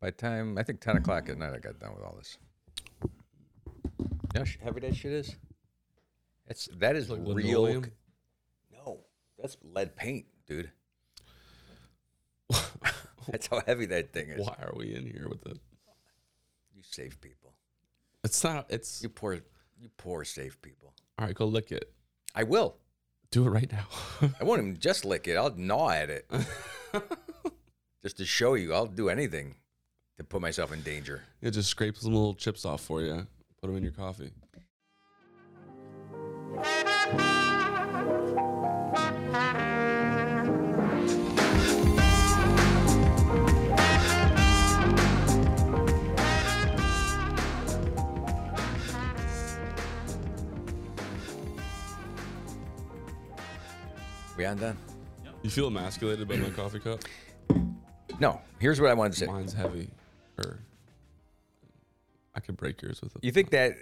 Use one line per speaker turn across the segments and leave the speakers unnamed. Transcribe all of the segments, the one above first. By the time I think ten o'clock at night, I got done with all this. You know how heavy that shit is? That's that is
Like
real.
linoleum?
c- No, that's lead paint, dude. That's how heavy that thing is.
Why are we in here with it?
You save people.
It's not. It's
You poor, you poor save people.
all right. Go lick it.
I will.
Do it right now.
I won't even just lick it. I'll gnaw at it. just to show you, I'll do anything to put myself in danger.
it just scrapes some little chips off for you. Put them in your coffee.
We undone?
You feel emasculated by my coffee cup?
No. Here's what I wanted to say.
Mine's heavy. Or I could break yours with it.
You think that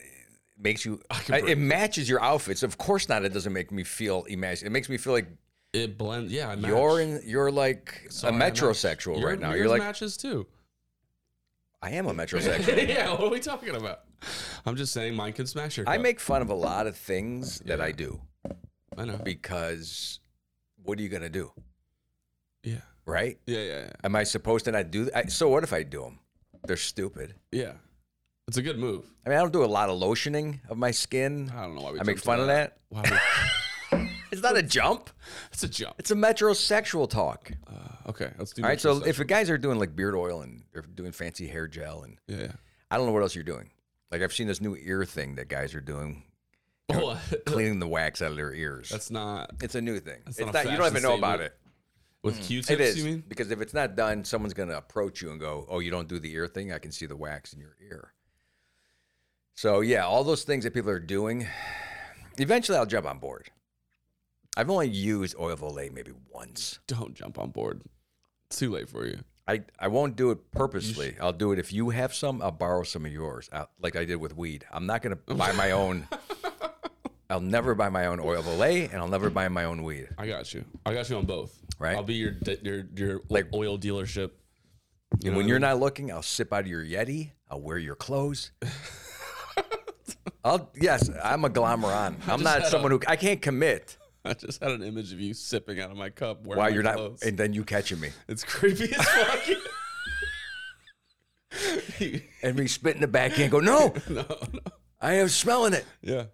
makes you?
can
uh,
breathe.
It matches your outfits. Of course not. It doesn't make me feel imagine. It makes me feel like
it blends? Yeah, I match.
you're in. You're like
Sorry,
a
I match.
metrosexual
Your-
right now.
yours
You're like
matches too.
I am a metrosexual.
yeah, what are we talking about? I'm just saying mine can smash your. Cup.
I make fun of a lot of things that I
Yeah.
do
I know.
because what are you gonna do,
Yeah.
right?
Yeah, yeah, yeah.
Am I supposed to not do that? I, so what if I do them? They're stupid.
Yeah. It's a good move.
I mean, I don't do a lot of lotioning of my skin.
I don't know why we
I make
jumped Ah, to
fun of that.
Why we-
It's not a jump.
That's a jump.
It's a metrosexual talk.
Uh, okay, let's do
All right. So
metrosexual.
if the guys are doing like beard oil and they're doing fancy hair gel and
yeah, yeah.
I don't know what else you're doing. Like I've seen this new ear thing that guys are doing,
Well,
cleaning the wax out of their ears.
that's not
it's a new thing.
That's
it's
not a
not, you don't
fashion
even know about
statement.
it.
with Q-tips.
Mm. It is
You mean?
because if it's not done, someone's going to approach you and go, "Oh, you don't do the ear thing. I can see the wax in your ear." So yeah, all those things that people are doing, eventually I'll jump on board. I've only used oil Olay maybe once.
Don't jump on board. It's too late for you.
I, I won't do it purposely. I'll do it if you have some. I'll borrow some of yours, I, like I did with weed. I'm not gonna buy my own. I'll never buy my own oil valet, and I'll never buy my own weed.
I got you. I got you on both.
Right.
I'll be your de- your your
Like-
oil dealership. You
when
what I
you're
mean?
not looking, I'll sip out of your Yeti. I'll wear your clothes. I'll yes, I'm a glamoron. I'm not someone who I can't commit
I just had an image of you sipping out of my cup. wearing
while
my
you're not,
clothes.
and then you catching me
It's creepy as fuck.
and me spitting the back and go, no,
no, no.
I am smelling it.
Yeah.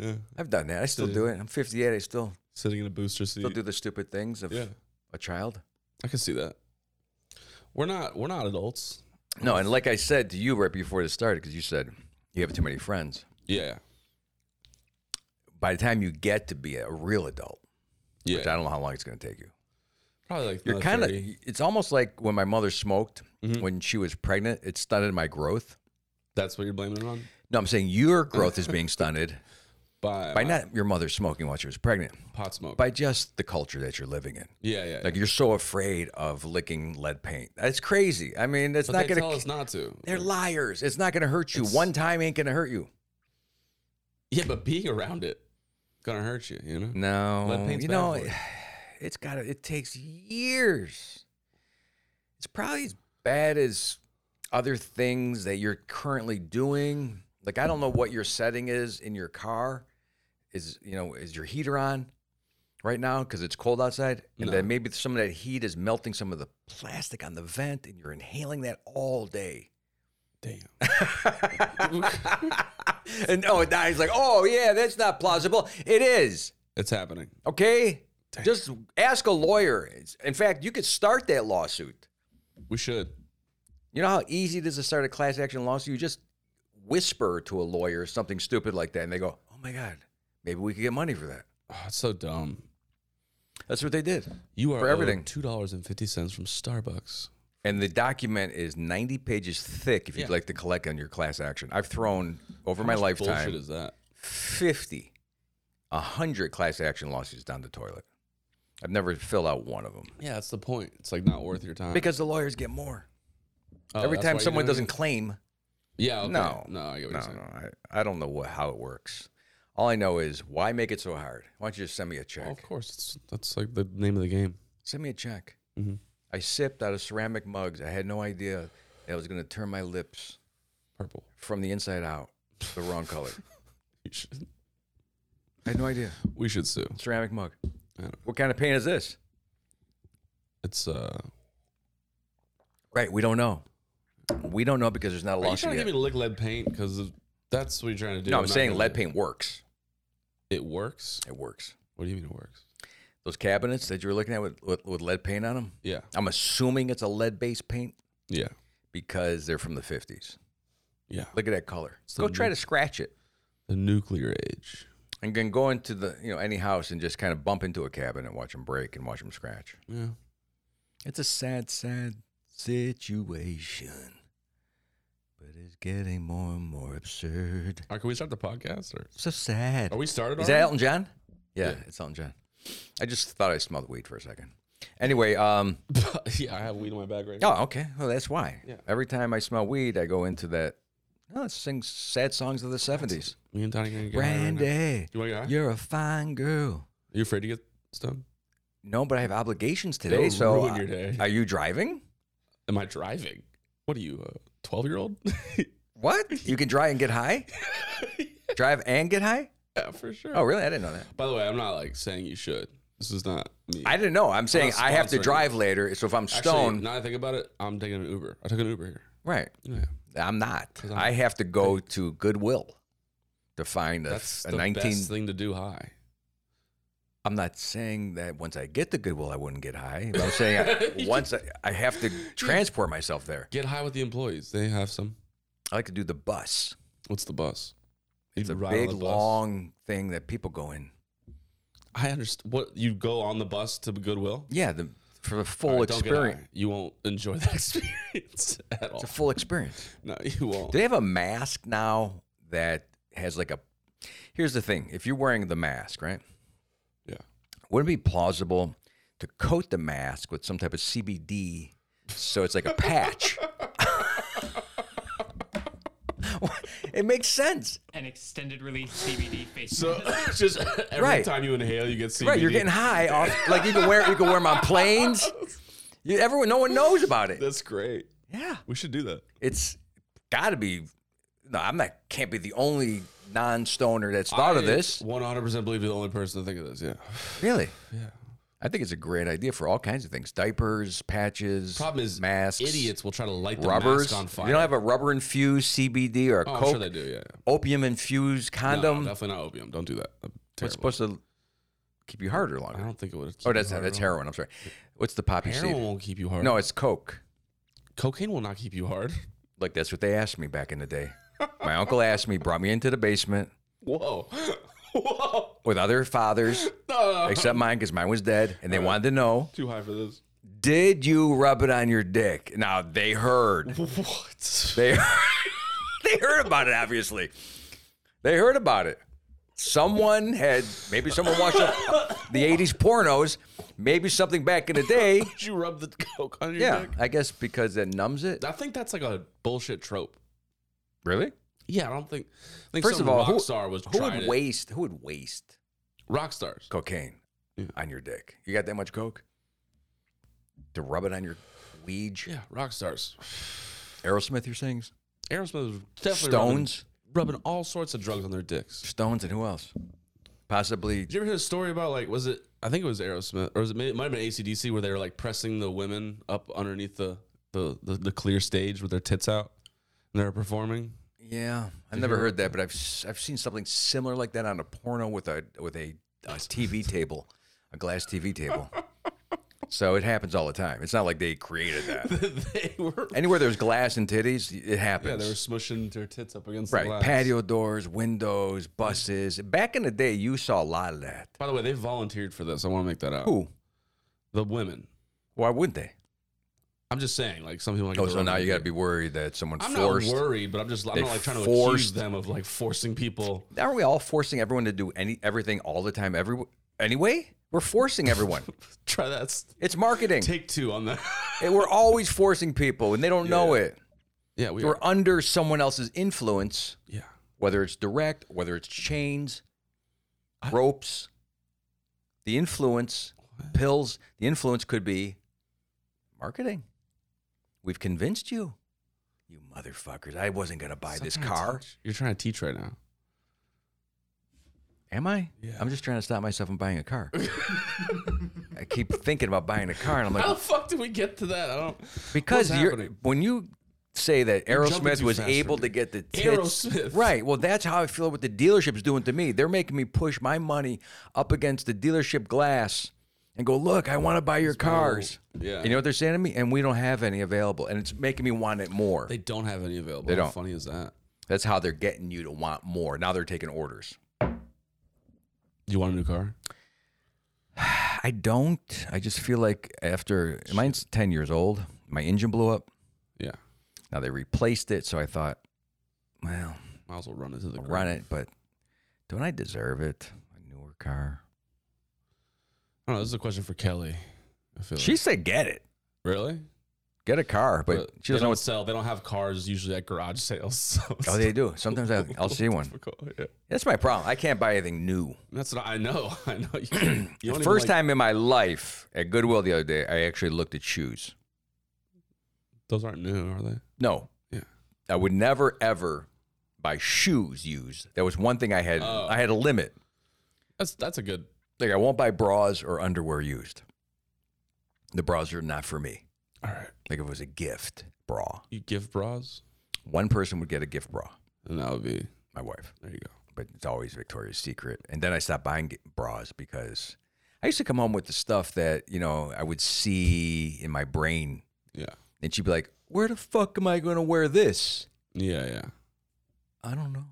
Yeah.
I've done that. I still do it. I'm 58. I still
Sitting in a booster seat.
still do the stupid things of
Yeah.
a child.
I can see that. We're not we're not adults.
No, and like I said to you right before this started, because you said you have too many friends.
Yeah.
By the time you get to be a real adult,
Yeah.
which I don't know how long it's going to take you,
Probably like
you're
another
kind of.
30.
It's almost like when my mother smoked
Mm-hmm.
when she was pregnant; it stunted my growth.
That's what you're blaming it on.
No, I'm saying your growth is being stunted
By,
by not your mother smoking while she was pregnant,
uh, pot smoke.
by just the culture that you're living in.
yeah, yeah.
Like you're so afraid of licking lead paint. That's crazy. I mean, it's
but
not
they
going
tell
to.
us not to.
They're liars. It's not going to hurt you. One time ain't going to hurt you.
Yeah, but being around it gonna hurt you. You know.
No,
Lead paint's
you
bad
know,
for you.
it's got to it takes years. It's probably as bad as other things that you're currently doing. Like I don't know what your setting is in your car. Is you know is your heater on right now because it's cold outside, and
No.
then maybe some of that heat is melting some of the plastic on the vent, and you're inhaling that all day.
Damn.
and oh, now he's like, oh yeah, that's not plausible. It is.
it's happening.
Okay? Just ask a lawyer. It's- In fact, you could start that lawsuit.
We should.
You know how easy it is to start a class action lawsuit? You just whisper to a lawyer something stupid like that, and they go, oh my God, maybe we could get money for that.
Oh, it's so dumb.
That's what they did.
You are
For everything.
Two dollars and fifty cents from Starbucks.
And the document is 90 pages thick if you'd
Yeah.
like to collect on your class action. I've thrown over my
How much
lifetime
Bullshit is that?
50, 100 class action lawsuits down the toilet. I've never filled out one of them
Yeah, that's the point. It's like not worth your time.
because the lawyers get more.
Oh,
Every
that's why
time
you're
someone
doing
doesn't
it?
claim,
Yeah. Okay.
No.
No. I get what
No,
you're saying.
no, I, I don't know what, how it works. All I know is why make it so hard? Why don't you just send me a check?
Well, of course, it's, that's like the name of the game.
Send me a check.
Mhm.
I sipped out of ceramic mugs. I had no idea that was going to turn my lips
Purple.
from the inside out the wrong color.
You should-
I had no idea.
we should sue.
Ceramic mug.
I don't know.
What kind of paint is this?
It's uh.
Right, we don't know. We don't know because there's not a
Are you
lawsuit
trying to
yet.
give me lick lead paint? Because that's what you're trying to do.
no, I'm
not
saying
gonna-
lead paint works.
It works.
It works.
What do you mean it works?
Those cabinets that you were looking at with, with, with lead paint on them,
Yeah.
I'm assuming it's a lead based paint
Yeah.
because they're from the 50s.
Yeah.
Look at that color.
So
go try
neat.
to scratch it.
The nuclear age.
And then go into the you know any house and just kind of bump into a cabinet, watch them break and watch them scratch.
Yeah.
It's a sad, sad situation, but it's getting more and more absurd.
All right, can we start the podcast? Or
So sad.
are we started?
Oh, Is that
already?
Elton John? Yeah,
Yeah.
it's Elton John. I just thought I smelled weed for a second. Anyway, um,
yeah, I have weed in my bag right now.
oh, okay. Well, that's why.
Yeah.
Every time I smell weed, I go into that. Oh, let's sing sad songs of the 70s.
Me and Donnie gonna get high right now.
Brandy,
You want to get high?
you're a fine girl.
You afraid to get stoned?
No, but I have obligations today.
That'll
so,
ruin
uh,
your day.
are you driving?
Am I driving? What are you, a twelve-year-old?
What? You can drive and get high? drive and get high?
yeah, for sure.
Oh, really? I didn't know that.
By the way, I'm not like saying you should. This is not me.
I didn't know. I'm saying I have to
sponsoring.
drive later. So if I'm
Actually,
stoned,
Now that I think about it, I'm taking an Uber. I took an Uber here.
right?
Yeah,
I'm not.
I'm-
I have to go to Goodwill to find a,
that's
a
the
19.
best thing to do high.
I'm not saying that once I get to Goodwill, I wouldn't get high. But I'm saying I, once I, I have to transport myself there.
Get high with the employees. They have some.
I like to do the bus.
What's the bus?
It's
You
a
ride on
big,
the bus.
long thing that people go in.
I understand. What you go on the bus to Goodwill?
Yeah, the, for the
All
full
right, don't get
experience.
high. You won't enjoy that experience at all.
It's a full experience.
No, you won't.
Do they have a mask now that has like a? Here's the thing: if you're wearing the mask, right,
Yeah.
wouldn't it be plausible to coat the mask with some type of CBD so it's like a patch? it makes sense,
an extended release CBD face
So just every
Right.
time you inhale, you get CBD.
right? You're getting high off. Like you can wear you can wear them on planes. You, everyone, no one knows about it.
That's great.
Yeah,
We should do that.
it's got to be. No, I'm not. Can't be the only non-stoner that's thought of this.
100 percent believe you're the only person to think of this. Yeah.
Really?
Yeah.
I think it's a great idea for all kinds of things: diapers, patches.
Problem is,
masks,
Idiots will try to light the
rubbers.
mask on fire.
You don't have a rubber infused CBD or a
oh, I'm
coke
sure they do. Yeah. yeah.
opium infused
No,
condom.
definitely not opium. Don't do that.
it's
That's terrible.
supposed to keep you harder
I
longer.
don't think it would.
Oh, that's that's heroin. I'm sorry. What's the poppy
Heroin
seed?
won't keep you hard.
No, it's coke.
cocaine will not keep you hard.
Like that's what they asked me back in the day. My uncle asked me, brought me into the basement
Whoa. Whoa.
with other fathers,
No, no, no.
except mine, because mine was dead, and they
Uh-huh.
wanted to know,
Too high for this.
did you rub it on your dick? Now they heard.
What?
They they heard about it. Obviously, they heard about it. Someone had maybe someone watched the- the '80s pornos. Maybe something back in the day.
Did you rub the coke on your
Yeah,
dick?
I guess because it numbs it.
I think that's like a bullshit trope.
Really?
Yeah, I don't think. I think
First
some
of all,
rock
who-
star was
Who
trying
would waste? Who would waste
Rock stars.
cocaine
Yeah.
on your dick? You got that much coke to rub it on your weed?
Yeah, rock stars.
Aerosmith, you're saying?
Aerosmith was definitely
Stones,
rubbing, rubbing all sorts of drugs on their dicks.
Stones, and who else? Possibly.
Did you ever hear a story about like was it? I think it was Aerosmith, or was it, may- it might have been ACDC, where they were like pressing the women up underneath the the, the, the clear stage with their tits out, and they were performing.
Yeah, I've never heard that, but I've s- I've seen something similar like that on a porno with a with a, a TV table, a glass TV table. So it happens all the time. It's not like they created that.
they were
Anywhere there's glass and titties, it
yeah, they
happens.
were smushing their tits up against
right,
the glass.
patio doors, windows, buses. Back in the day, you saw a lot of that.
By the way, they volunteered for this. I want to make that out.
Who?
The women.
Why wouldn't they?
I'm just saying, like some people like.
Oh,
the
so
wrong
now you got
idea.
to be worried that someone
I'm
forced.
not worried, but I'm just I'm
They
not like trying to accuse
forced-
them of like forcing people.
Aren't we all forcing everyone to do any everything all the time? Every anyway, we're forcing everyone.
Try that.
it's marketing.
Take two on that.
And we're always forcing people and they don't know it.
yeah, we
We're
are.
under someone else's influence,
Yeah,
whether it's direct, whether it's chains, ropes, the influence, pills. The influence could be marketing. We've convinced you. You motherfuckers! I wasn't gonna buy
Stop
this
trying to
car.
teach. You're trying to teach right now.
Am I?
Yeah.
I'm just trying to stop myself from buying a car. I keep thinking about buying a car, and I'm
How
like,
the fuck did we get to that? I don't.
because
what's
you're
happening?
when you say that
You're jumping
Aerosmith
too
was
fast
able
for
to
me.
get the tits,
Aerosmith.
right? Well, that's how I feel what the dealership's doing to me. They're making me push my money up against the dealership glass and go, look, I want to buy your cars.
Oh, Yeah.
You know what they're saying to me? And we don't have any available, and it's making me want it more.
They don't have any available.
They
How
don't.
funny is that?
that's how they're getting you to want more. Now they're taking orders.
You want a new car?
I don't. I just feel like after mine's 10 years old, my engine blew up.
Yeah.
Now they replaced it. So I thought, well,
Might as well run into the
I'll
ground.
run it, but don't I deserve it? A newer car.
I don't know. This is a question for Kelly. I feel
She said, get it.
like. really,
Get a car. But, she
they
doesn't know
don't
what's.
sell. They don't have cars usually at garage sales. So it's
Oh, they do. Sometimes I, I'll see one.
difficult, yeah.
That's my problem. I can't buy anything new.
That's what I know. I know. You, you
The
don't even
first
like-
time in my life at Goodwill the other day, I actually looked at shoes.
those aren't new, are they?
No.
Yeah.
I would never ever buy shoes used. That was one thing I had.
Oh.
I had a limit.
That's that's a good.
Like I won't buy bras or underwear used. The bras are not for me.
All right.
Like if it was a gift bra,
You give bras,
one person would get a gift bra.
and that would be
My wife,
there. You go.
but it's always Victoria's Secret. And then I stopped buying gi- bras because I used to come home with the stuff that you know I would see in my brain,
Yeah.
and she'd be like, "Where the fuck am I going to wear this?"
Yeah. Yeah.
I don't know.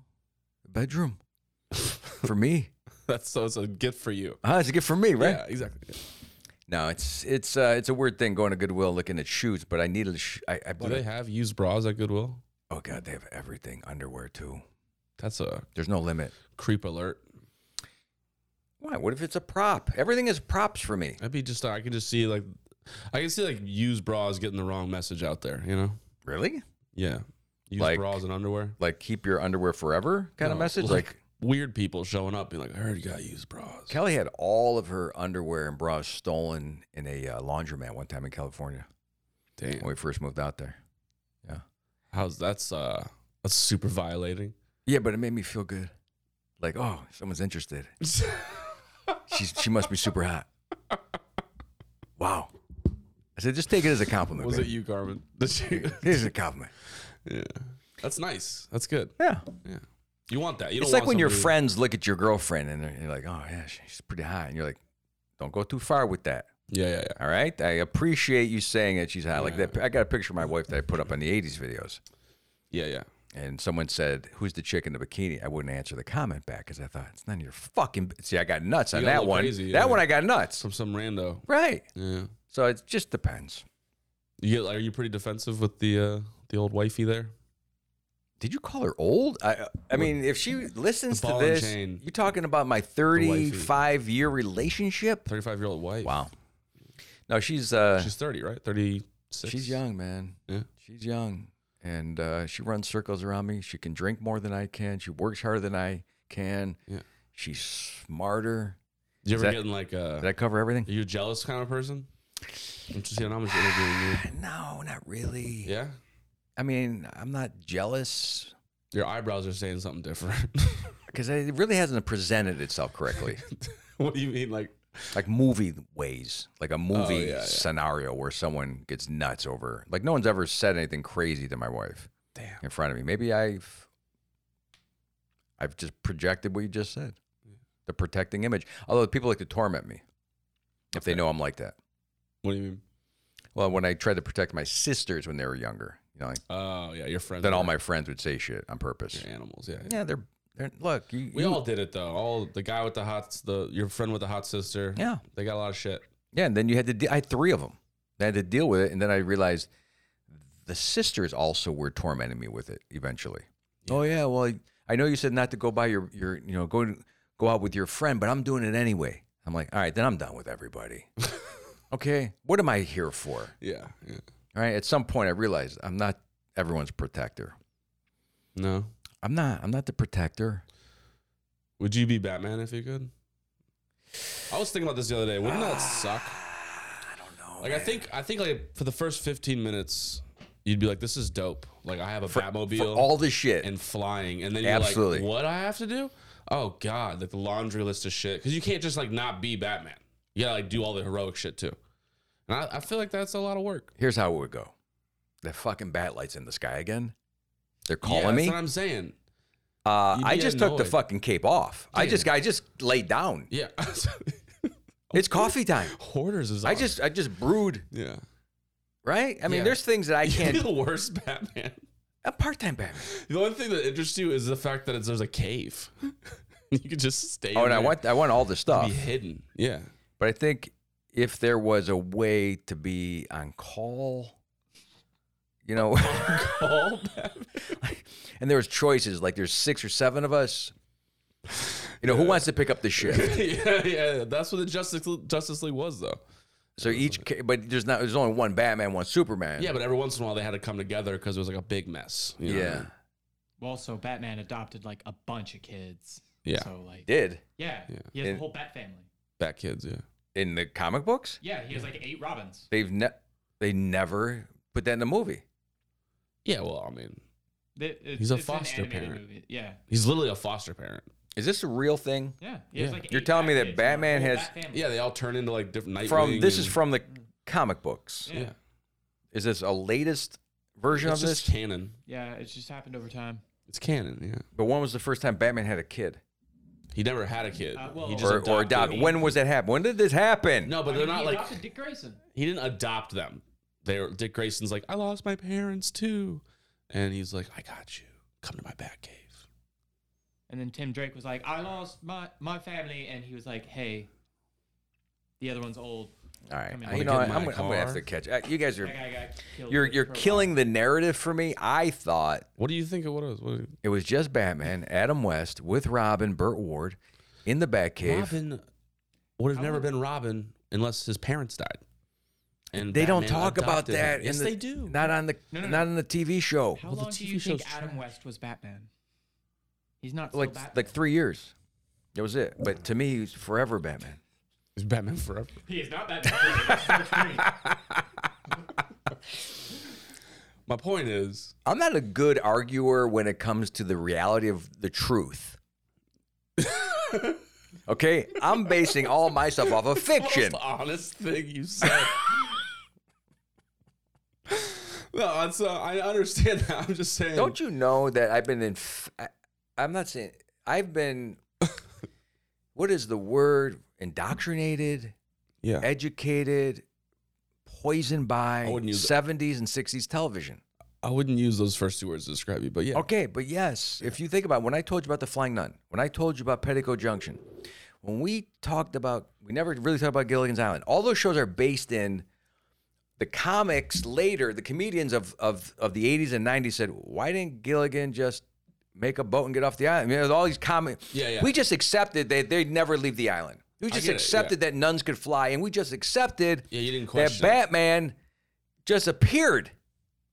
Bedroom for me.
That's so. It's a gift for you.
Uh, it's a gift for me, right?
Yeah. Exactly. Yeah.
No, it's it's uh, it's a weird thing going to Goodwill looking at shoes, but I needed. Sh- I, I
Do
bought a
they have used bras at Goodwill?
Oh god, they have everything underwear too.
That's a
There's no limit.
creep alert.
Why? What if it's a prop? Everything is props for me.
I'd be just. I can just see like, I can see like used bras getting the wrong message out there. You know.
Really?
Yeah. Used
Like-
bras and underwear.
Like keep your underwear forever kind of
No,
message? Like,
weird people showing up, being like, I heard you got used bras.
Kelly had all of her underwear and bras stolen in a uh, laundromat one time in California when
Damn.
we first moved out there.
How's that's uh that's super violating.
Yeah, but it made me feel good. Like, oh, someone's interested. She's she must be super hot. Wow. I said, just take it as a compliment.
Was
babe.
it you, Carmen? Did you-
It is a compliment.
yeah. That's nice. That's good.
Yeah.
Yeah. You want that. You don't
it's like
want
when your
somebody-
friends look at your girlfriend and they're you're like, oh, yeah, she's pretty hot. And you're like, don't go too far with that.
Yeah, yeah, yeah.
All right. I appreciate you saying that she's hot. Like
Yeah.
that. I got a picture of my wife that I put up on the 80s videos.
Yeah, yeah.
And someone said, who's the chick in the bikini? I wouldn't answer the comment back because I thought, it's none of your fucking. b-" See, I got nuts on
got a
that
little
one.
crazy, yeah.
That one I got nuts.
From some rando.
Right.
Yeah.
So it just depends.
You get, are you pretty defensive with the uh the old wifey there?
Did you call her old? I I mean, if she listens
The
to
ball and
this,
chain.
you talking about my 35 year relationship?
Thirty five year old wife.
Wow. No, she's uh
She's thirty, right? Thirty six.
she's young, man.
Yeah.
She's young. And uh, she runs circles around me. She can drink more than I can. She works harder than I can.
Yeah.
She's smarter.
Did you
Is
ever
that-
get in like uh
Did I cover everything?
are you a jealous kind of person? I'm just seeing how much interviewing you.
No, not really.
Yeah?
I mean, I'm not jealous
Your eyebrows are saying something different.
because it really hasn't presented itself correctly,
what do you mean like
like movie ways, like a movie
Oh, yeah, yeah.
scenario where someone gets nuts over. Like no one's ever said anything crazy to my wife
damn.
in front of me. Maybe I've I've just projected what you just said. The protecting image. Although people like to torment me if they know I'm like that.
What do you mean?
Well, when I tried to protect my sisters when they were younger, you know, like,
Oh yeah, your friends.
then all
were-
my friends would say shit on purpose.
your animals. Yeah, yeah.
Yeah, they're they're look, you,
we
you-
all did it though. All the guy with the hot, the your friend with the hot sister.
Yeah.
they got a lot of shit.
Yeah, and then you had to de- I had three of them. I had to deal with it and then I realized the sisters also were tormenting me with it eventually. Oh yeah, well I, I know you said not to go by your your you know go to- go out with your friend, but I'm doing it anyway. I'm like, "All right, then I'm done with everybody." okay, what am I here for?
Yeah, yeah.
All right, at some point I realized I'm not everyone's protector.
No,
I'm not I'm not the protector.
would you be Batman if you could? I was thinking about this the other day.
Ah,
Wouldn't that suck?
I don't know.
Like I think, I think like for the first fifteen minutes, you'd be like, "This is dope." Like I have a Batmobile
for all the shit.
and flying, and then you're
Absolutely.
like, "What I have to do?" Oh God, like the laundry list of shit. Because you can't just like not be Batman. You gotta like do all the heroic shit too. And I, I feel like that's a lot of work.
Here's how it would go: the fucking bat lights in the sky again. They're
yeah,
calling
that's
me.
what I'm saying.
Uh,
You'd
I
be
just took the
annoyed.
fucking cape off. I
Yeah.
just I just laid down.
Yeah,
It's coffee time.
hoarders is.
I
awesome.
just I just brewed.
yeah.
Right? I mean,
Yeah.
there's things that I
You'd be
can't.
the worst Batman.
a part-time Batman.
The only thing that interests you is the fact that it's, there's a cave. you could just stay.
Oh,
in
and I
there
want I want all the
and
stuff.
be hidden. Yeah.
But I think if there was a way to be on call, you know,
All Batman.
and there was choices like there's six or seven of us. You know, who wants to pick up the shift?
yeah, yeah. That's what the Justice Justice League was, though.
So each, ca- but there's not. There's only one Batman, one Superman.
Yeah, but every once in a while they had to come together because it was like a big mess. you know what I
yeah,
mean?
Well, so Batman adopted like a bunch of kids.
Yeah.
So like,
did
yeah,
Yeah.
he has
And-
a whole Bat family.
Bat kids. Yeah.
in the comic books
Yeah, he has like eight Robins.
they've ne- they never put that in the movie.
Yeah. Well, I mean,
Th- it's-
He's a
it's an
foster
animated
parent.
movie. Yeah.
he's literally a foster parent.
Is this a real thing?
Yeah. He has,
Yeah.
like,
You're
eight
telling
Bat
me that
kids and a
Batman
whole
has-
Bat family.
Yeah, they all turn into like different night.
From this is from the comic books.
Yeah.
Yeah.
Is this a latest version
It's
of
just
this?
canon.
Yeah, it's just happened over time.
It's canon. Yeah.
But when was the first time Batman had a kid?
He never had a kid.
Uh, well-
he just
Or,
adopted.
or adopted? When was that happen? When did this happen?
No, but
I
they're
mean,
not
he
like
adopted Dick Grayson.
he didn't adopt them. They were, Dick Grayson's like, I lost my parents too, and he's like, I got you. Come to my Batcave.
And then Tim Drake was like, I lost my, my family. And he was like, hey, the other one's old.
All right,
mean,
Uh,
Wanna
you know
get
what?
my
I'm, gonna- I'm gonna have
car?
to catch. uh, You guys are
That guy got killed
you're
for-
you're
for a
killing the narrative for me. I thought
What do you think it was? What
it was just Batman, Adam West with Robin, Burt Ward, in the Batcave.
Robin would have never been Robin unless his parents died. And
They don't
Batman
talk about
adopted him.
that. in
Yes,
the-
they do.
Not on the
No, no,
not on the TV show.
How
Well, the
long do
TV
you think
show's
Adam
trash.
West was Batman? He's not still
Like
Batman.
like three years. That was it. But to me, he was forever Batman.
It's Batman Forever.
he is not Batman.
My point is,
I'm not a good arguer when it comes to the reality of the truth. okay, I'm basing all my stuff off of fiction.
most honest thing you said. no, it's, uh, I understand that. I'm just saying.
Don't you know that I've been in? F- I, I'm not saying I've been. what is the word? Indoctrinated,
Yeah.
educated, poisoned by
I wouldn't use-
70s and 60s television.
I wouldn't use those first two words to describe you, but yeah.
Okay, but yes, if you think about it, when I told you about the Flying Nun, when I told you about Petticoat Junction, when we talked about, we never really talked about Gilligan's Island. All those shows are based in the comics later. The comedians of of, of the 80s and 90s said, why didn't Gilligan just make a boat and get off the island? I mean, there's all these comic.
Yeah, yeah.
We just accepted that they'd never leave the island. We just
get it,
accepted that nuns could fly, and we just accepted
Yeah, you didn't
that
question. it.
Batman just appeared.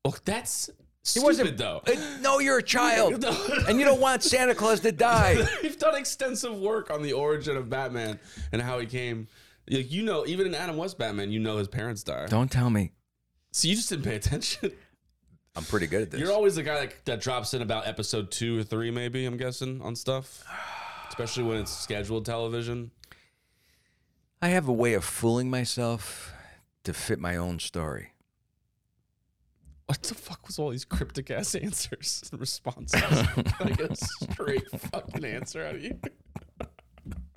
Look, Oh, that's
He
stupid,
wasn't
though.
Uh, No, you're a child, and you don't want Santa Claus to die.
We've done extensive work on the origin of Batman and how he came. Like, you know, even in Adam West Batman, you know his parents died.
Don't tell me.
So you just didn't pay attention.
I'm pretty good at this.
You're always the guy that, that drops in about episode two or three, maybe, I'm guessing, on stuff. Especially when it's scheduled television.
I have a way of fooling myself to fit my own story.
What the fuck was all these cryptic ass answers and responses? Can I get a straight fucking answer out of you?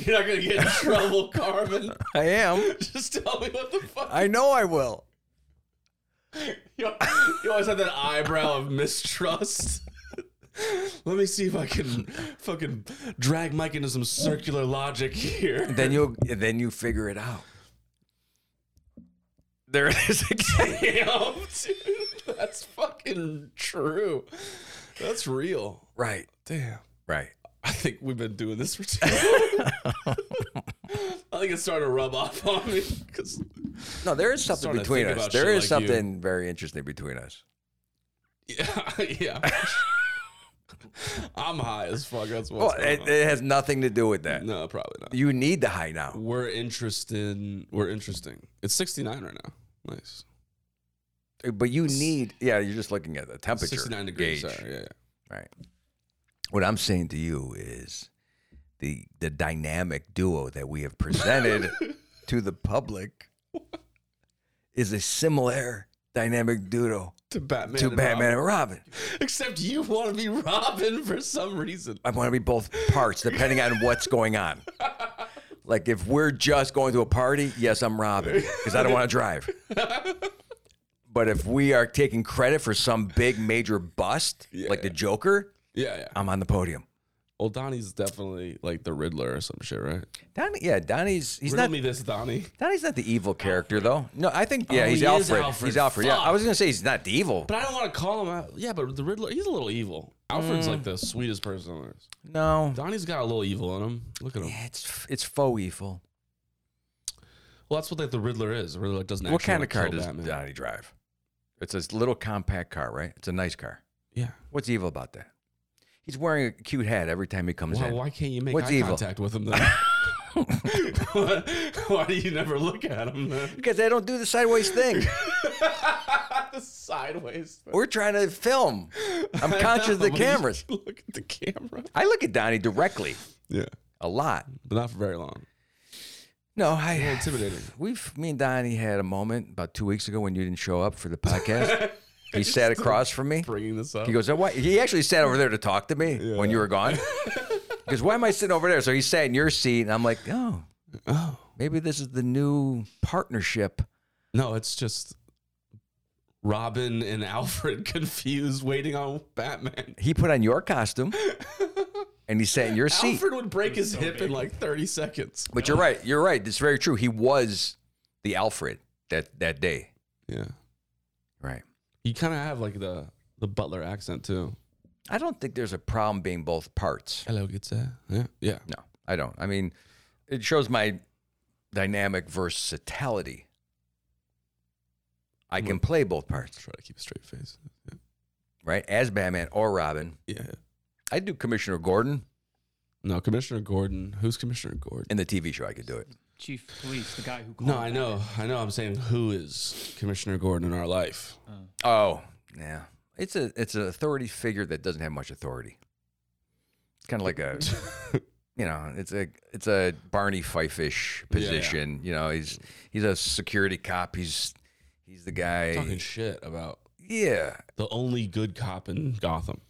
You're not gonna get in trouble, Carmen.
I am.
Just tell me what the fuck.
I know I will.
You, you always have that eyebrow of mistrust. Let me see if I can fucking drag Mike into some circular logic here.
Then you'll then you figure it out. There it is again.
Damn, dude, that's fucking true. That's real.
Right.
Damn.
Right.
I think we've been doing this for too long. I think it's starting to rub off on me because
No, there is something
starting to
between
think
us.
about
There
shit
is
like you.
something very interesting between us.
yeah, yeah. I'm high as fuck. That's
Well,
what's going
it,
on.
it has nothing to do with that.
no, probably not.
You need the high now.
We're interested. We're interesting. It's 69 right now. Nice.
But you need, yeah, you're just looking at the temperature.
69 degrees.
gauge.
Sorry, yeah, yeah.
Right. What I'm saying to you is the the dynamic duo that we have presented to the public is a similar dynamic duo
To Batman.
to
and
Batman
Robin.
and Robin.
Except you want to be Robin for some reason.
I want to be both parts depending on what's going on. Like if we're just going to a party, yes, I'm Robin because I don't want to drive. But if we are taking credit for some big major bust, like the Joker,
Yeah, yeah.
I'm on the podium.
Well, Donnie's definitely like the Riddler or some shit, right?
Donnie, yeah, Donnie's he's
Riddle
not
me this, Donnie.
Donnie's not the evil character though. No, I think yeah,
Oh,
he's
he is
Alfred.
Alfred.
He's Alfred. Yeah, I
Fuck.
was gonna say he's not the evil.
But I don't want to call him out. Yeah, but the Riddler, he's a little evil. Alfred's
Mm.
like the sweetest person on earth.
No,
Donnie's got a little evil in him. Look at him.
yeah, it's it's faux evil.
Well, that's what like the Riddler is. The Riddler doesn't.
what
actually
kind of car
kill
does
Batman.
Donnie drive? It's this little compact car, right? It's a nice car.
Yeah.
What's evil about that? He's wearing a cute hat every time he comes
Why,
in.
why can't you make
What's
eye
evil?
contact with him then? why do you never look at him then?
Because they don't do the sideways thing.
the sideways.
We're trying to film. I'm conscious of the
But you
cameras.
Look at the camera.
I look at Donnie directly
Yeah,
a lot.
but not for very long.
No, I
intimidating.
We've me and Donnie had a moment about two weeks ago when you didn't show up for the podcast. he sat across from me.
Bringing this up.
He goes, "Oh, "Why?" He actually sat over there to talk to me when you were gone. Because why am I sitting over there? So he sat in your seat, and I'm like, "Oh,
oh
maybe this is the new partnership."
no, it's just Robin and Alfred confused, waiting on Batman.
He put on your costume, and he sat in your seat.
Alfred would break his hip in like thirty seconds.
But you're right. You're right. It's very true. He was the Alfred that that day.
Yeah,
Right.
you kind of have like the the Butler accent too.
I don't think there's a problem being both parts.
Hello, good sir. Yeah, yeah.
No, I don't. I mean, it shows my dynamic versatility. I can play both parts,
Try to keep a straight face.
right? As Batman or Robin.
Yeah.
I do Commissioner Gordon
No, Commissioner Gordon. Who's Commissioner Gordon?
in the TV show. I could do it.
Chief of police, the guy who called.
No, I know, I know. I'm saying who is Commissioner Gordon in our life?
Oh, yeah. It's a it's an authority figure that doesn't have much authority. It's kind of like a, you know, it's a it's a Barney Fife-ish
Yeah, yeah.
position. You know, he's he's a security cop. He's he's the guy.
Talking shit about
Yeah.
the only good cop in Gotham.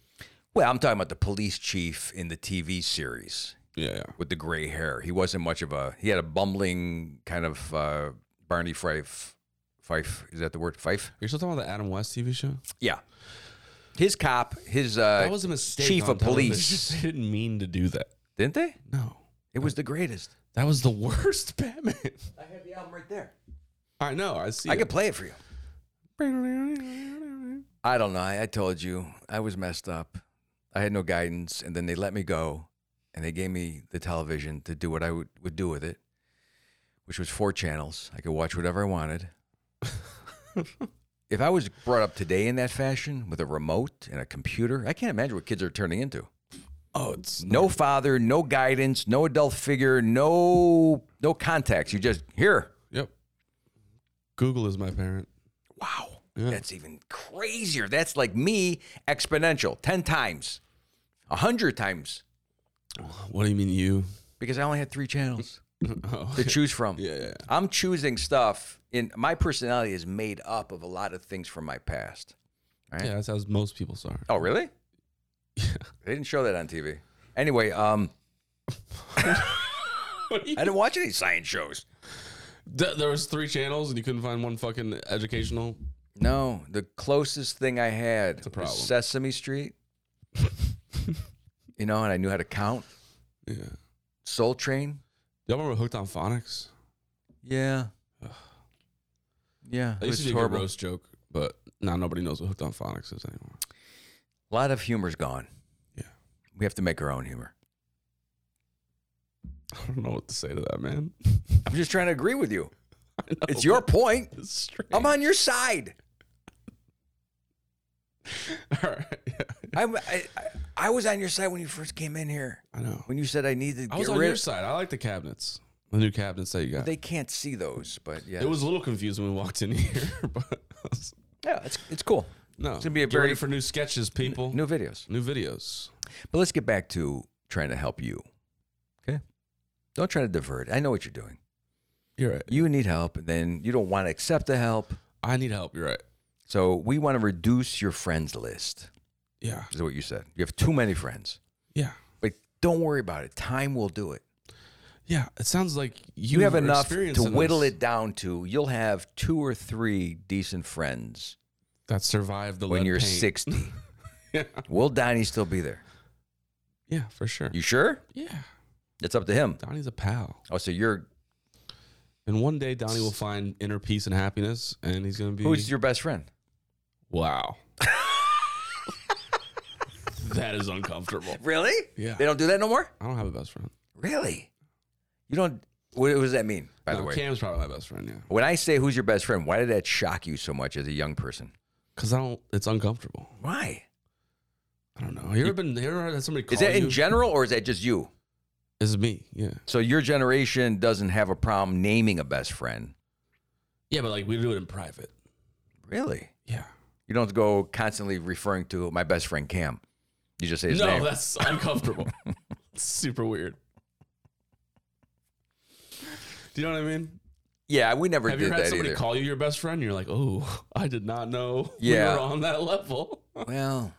Well, I'm talking about the police chief in the TV series
Yeah, yeah.
with the gray hair. He wasn't much of a. He had a bumbling kind of uh, Barney Fife. Fife is that the word? Fife.
You're still talking about the Adam West TV show?
Yeah. His cop. His uh,
That was a mistake.
Chief
on
of
television.
police.
They didn't mean to do that.
Didn't they?
No,
It was the greatest.
that was the worst Batman.
I have the album right there.
I know. I see.
I could play it for you. I don't know. I, I told you I was messed up. I had no guidance, and then they let me go, and they gave me the television to do what I would, would do with it, which was four channels. I could watch whatever I wanted. if I was brought up today in that fashion with a remote and a computer, I can't imagine what kids are turning into.
Oh, it's
No father, no guidance, no adult figure, no no contacts. You just here.
yep. Google is my parent.
Wow. That's even crazier. That's like me exponential 10 times, 100 times,
What do you mean you?
because I only had three channels
Oh,
to choose from.
yeah, yeah.
I'm choosing stuff, and my personality is made up of a lot of things from my past.
Yeah, that's how most people are.
Oh, really? They didn't show that on TV. Anyway, um, I didn't watch any science shows.
Th- there was three channels and you couldn't find one fucking educational.
No, the closest thing I had
a
was
problem.
Sesame Street. you know, and I knew how to count.
Yeah.
Soul Train.
Y'all remember Hooked on Phonics?
Yeah. Yeah.
That
It was
used to be a good
horrible.
roast joke, but now nobody knows what Hooked on Phonics is anymore.
A lot of humor's gone.
Yeah.
We have to make our own humor.
I don't know what to say to that, man.
I'm just trying to agree with you.
I know,
It's your point.
but it's strange.
I'm on your side.
All right. Yeah,
I'm, I, I, I was on your side when you first came in here.
I know.
When you said I need to
I
get
was on
rid
your
of
side. I like the cabinets, the new cabinets that you got.
They can't see those, but yeah.
It was a little confusing when we walked in here, but
Yeah, it's it's cool.
No,
gonna be a
Get
very-
ready for new sketches, people.
New videos.
new videos.
But let's get back to trying to help you. Okay? Don't try to divert. I know what you're doing.
You're right.
You need help, and then you don't want to accept the help.
I need help. You're right.
So we want to reduce your friends list.
Yeah.
Is what you said. You have too many friends.
Yeah.
But don't worry about it. Time will do it.
Yeah. It sounds like
You
you,
have enough to
experiencing
whittle
this.
it down to you'll have two or three decent friends
That survived the
when
lead
you're
paint.
60.
Yeah.
will Donnie still be there?
Yeah, for sure.
You sure?
yeah.
It's up to him.
Donnie's a pal.
Oh, so you're
And one day Donnie will find inner peace and happiness and he's gonna be
who's your best friend?
Wow. that is uncomfortable.
Really?
Yeah.
They don't do that no more?
I don't have a best friend.
Really? You don't. What, what does that mean? By the
No,
way,
Cam's probably my best friend, yeah.
when I say who's your best friend, why did that shock you so much as a young person?
Cause I don't it's uncomfortable.
Why?
I don't know. You ever been you ever had somebody call
Is that
you?
in general or is that just you?
This is me, yeah.
So your generation doesn't have a problem naming a best friend.
Yeah, but like we do it in private.
Really?
Yeah.
You don't go constantly referring to my best friend Cam. You just say his
no,
name.
that's uncomfortable. It's super weird. Do you know what I mean?
yeah, we never
Have you
did
ever had
that
somebody
either.
call you your best friend? You're like, oh, I did not know
Yeah.
we were on that level.
well,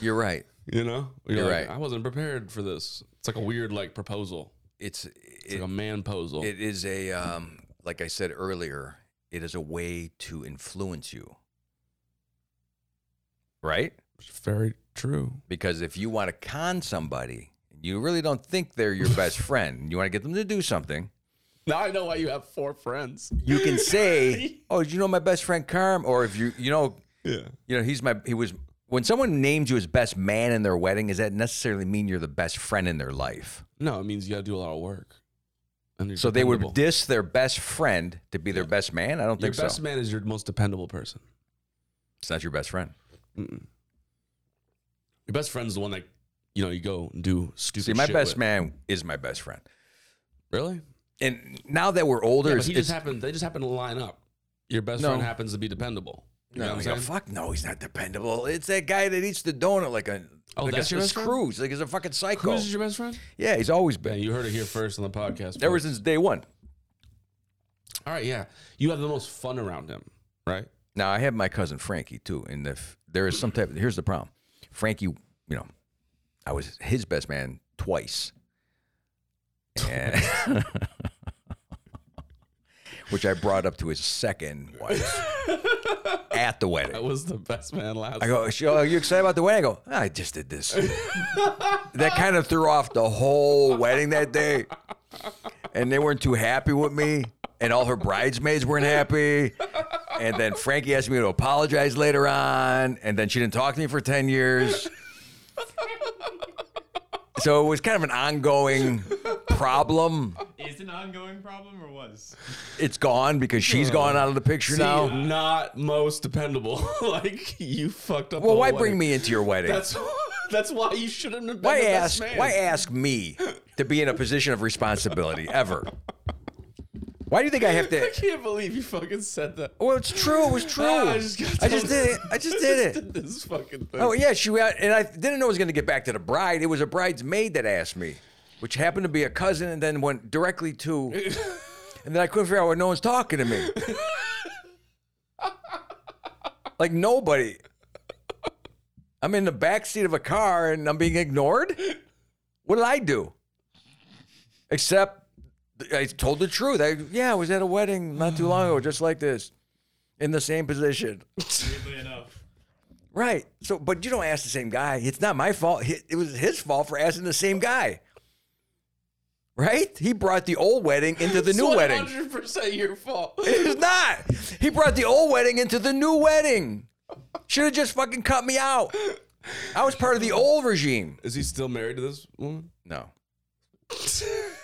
you're right.
You know, you're,
You're
like,
right.
I wasn't prepared for this. It's like a weird like proposal.
It's
It's
it,
like a man proposal.
it is a um, like I said earlier. It is a way to influence you, right?
Very true.
Because if you want to con somebody, you really don't think they're your best friend. and You want to get them to do something.
Now I know why you have four friends.
You can say, "Oh, did you know my best friend Carm?" Or if you, you know,
Yeah.
you know, he's my. He was when someone names you as best man in their wedding. Does that necessarily mean you're the best friend in their life?
No, it means you got to do a lot of work. And you're
So they would
dependable.
diss their best friend to be their best man. I don't
your
think
best
so.
man is your most dependable person.
It's not your best friend.
Mm-mm. Your best friend's the one that you know you go and do stupid.
See, my
shit
best
with.
man is my best friend.
Really?
And now that we're older,
Yeah, but
it's,
he just
it's-
happened. They just happen to line up. Your best
No.
friend happens to be dependable. You know
no,
what I'm
you go,
saying?
fuck no, he's not dependable. It's that guy that eats the donut like a
Oh,
like
that's
a
your best friend?
Scrooge, like he's a fucking psycho.
Who's your best friend?
yeah, he's always
Yeah,
been
you heard it here first on the podcast.
ever since day one.
All right, yeah. You have the most fun around him, right?
Now I have my cousin Frankie too, and if there is some type, here's the problem: Frankie, you know, I was his best man twice, And- which I brought up to his second wife at the
I
wedding.
was the best man last.
I go, she, oh, you excited about the wedding? I go, "Ah, I just did this. that kind of threw off the whole wedding that day. And they weren't too happy with me. And all her bridesmaids weren't happy. And then Frankie asked me to apologize later on. And then she didn't talk to me for 10 years. So it was kind of an ongoing problem.
Is it an ongoing problem or was?
It's gone because she's gone out of the picture
now
now.
not most dependable. like you fucked up.
Well,
the
why
wedding.
bring me into your wedding?
That's that's why you shouldn't have been
Why
the best
ask?
man.
Why ask me to be in a position of responsibility ever? Why do you think I have to?
I can't believe you fucking said that.
Well, it's true. It was true.
Ah,
I just,
got done-
did it. I just did it.
did This fucking thing.
Oh yeah, she went, and I didn't know it was going to get back to the bride. It was a bridesmaid that asked me, which happened to be a cousin, and then went directly to, and then I couldn't figure out why no one's talking to me. Like nobody. I'm in the back seat of a car and I'm being ignored. What did I do? Except I told the truth. I yeah, I was at a wedding not too long ago, just like this, in the same position.
Weirdly enough.
Right. So, but you don't ask the same guy. It's not my fault. Hi- It was his fault for asking the same guy. Right? He brought the old wedding into the new wedding.
Hundred percent your fault.
It's not. He brought the old wedding into the new wedding. Should have just fucking cut me out. I was part of the old regime.
Is he still married to this woman?
No.
All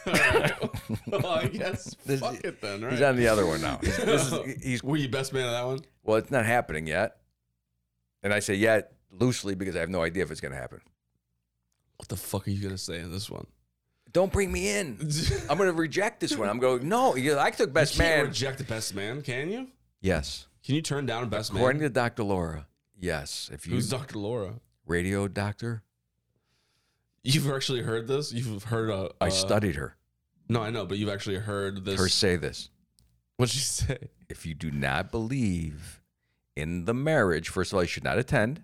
right. well, Oh, I guess
This-
fuck it then, right?
He's on the other one now. He's, this is, he's
Were you best man of that one?
well, it's not happening yet. And I say yet loosely because I have no idea if it's going to happen.
What the fuck are you gonna say in this one?
Don't bring me in. I'm going to reject this one. I'm going, no, you- I took best
you can't
man.
reject the best man, can you?
yes.
Can you turn down best
According
man?
to Dr. Laura, yes. If you
Who's Dr. Laura?
radio doctor,
You've actually heard this? You've heard uh,
I
uh,
studied her.
No, I know, but you've actually heard this.
Her say this:
What'd she say?
If you do not believe in the marriage, first of all, you should not attend.